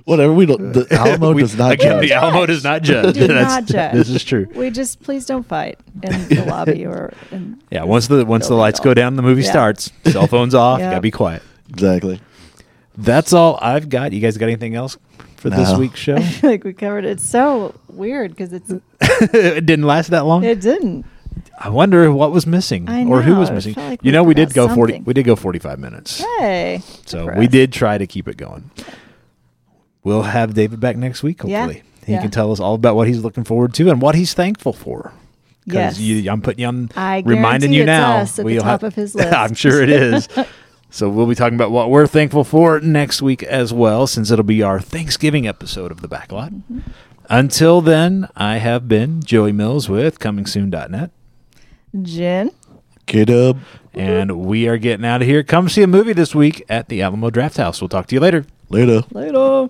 Whatever. We don't. The [laughs] Alamo We- does not again, judge. The Alamo does not judge. [laughs] Do That's- not judge. This is true. We just please don't fight [laughs] in the lobby or. In Yeah. Once the once the Building lights off. go down, the movie Yeah. starts. Cell phones off. You Yeah. gotta be quiet. Exactly. That's all I've got. You guys got anything else for this No. week's [laughs] show? I feel [laughs] like we covered it. It's so weird because it's it didn't last that long. it didn't. I wonder what was missing I or who know. was I missing. feel like you we know, we did forgot go forty. something. We did go forty-five minutes. Hey. good So for we us. did try to keep it going. We'll have David back next week. Yeah. Hopefully, he Yeah. can tell us all about what he's looking forward to and what he's thankful for. 'Cause Yes. you- I'm putting you on. I reminding guarantee you it's now. us at the we'll top have- of his list. [laughs] I'm [laughs] sure it is. so we'll be talking about what we're thankful for next week as well, since it'll be our Thanksgiving episode of the Backlot. Mm-hmm. Until then, I have been Joey Mills with ComingSoon.net. Jen. K Dub. And we are getting out of here. Come see a movie this week at the Alamo Draft House. We'll talk to you later. Later. Later.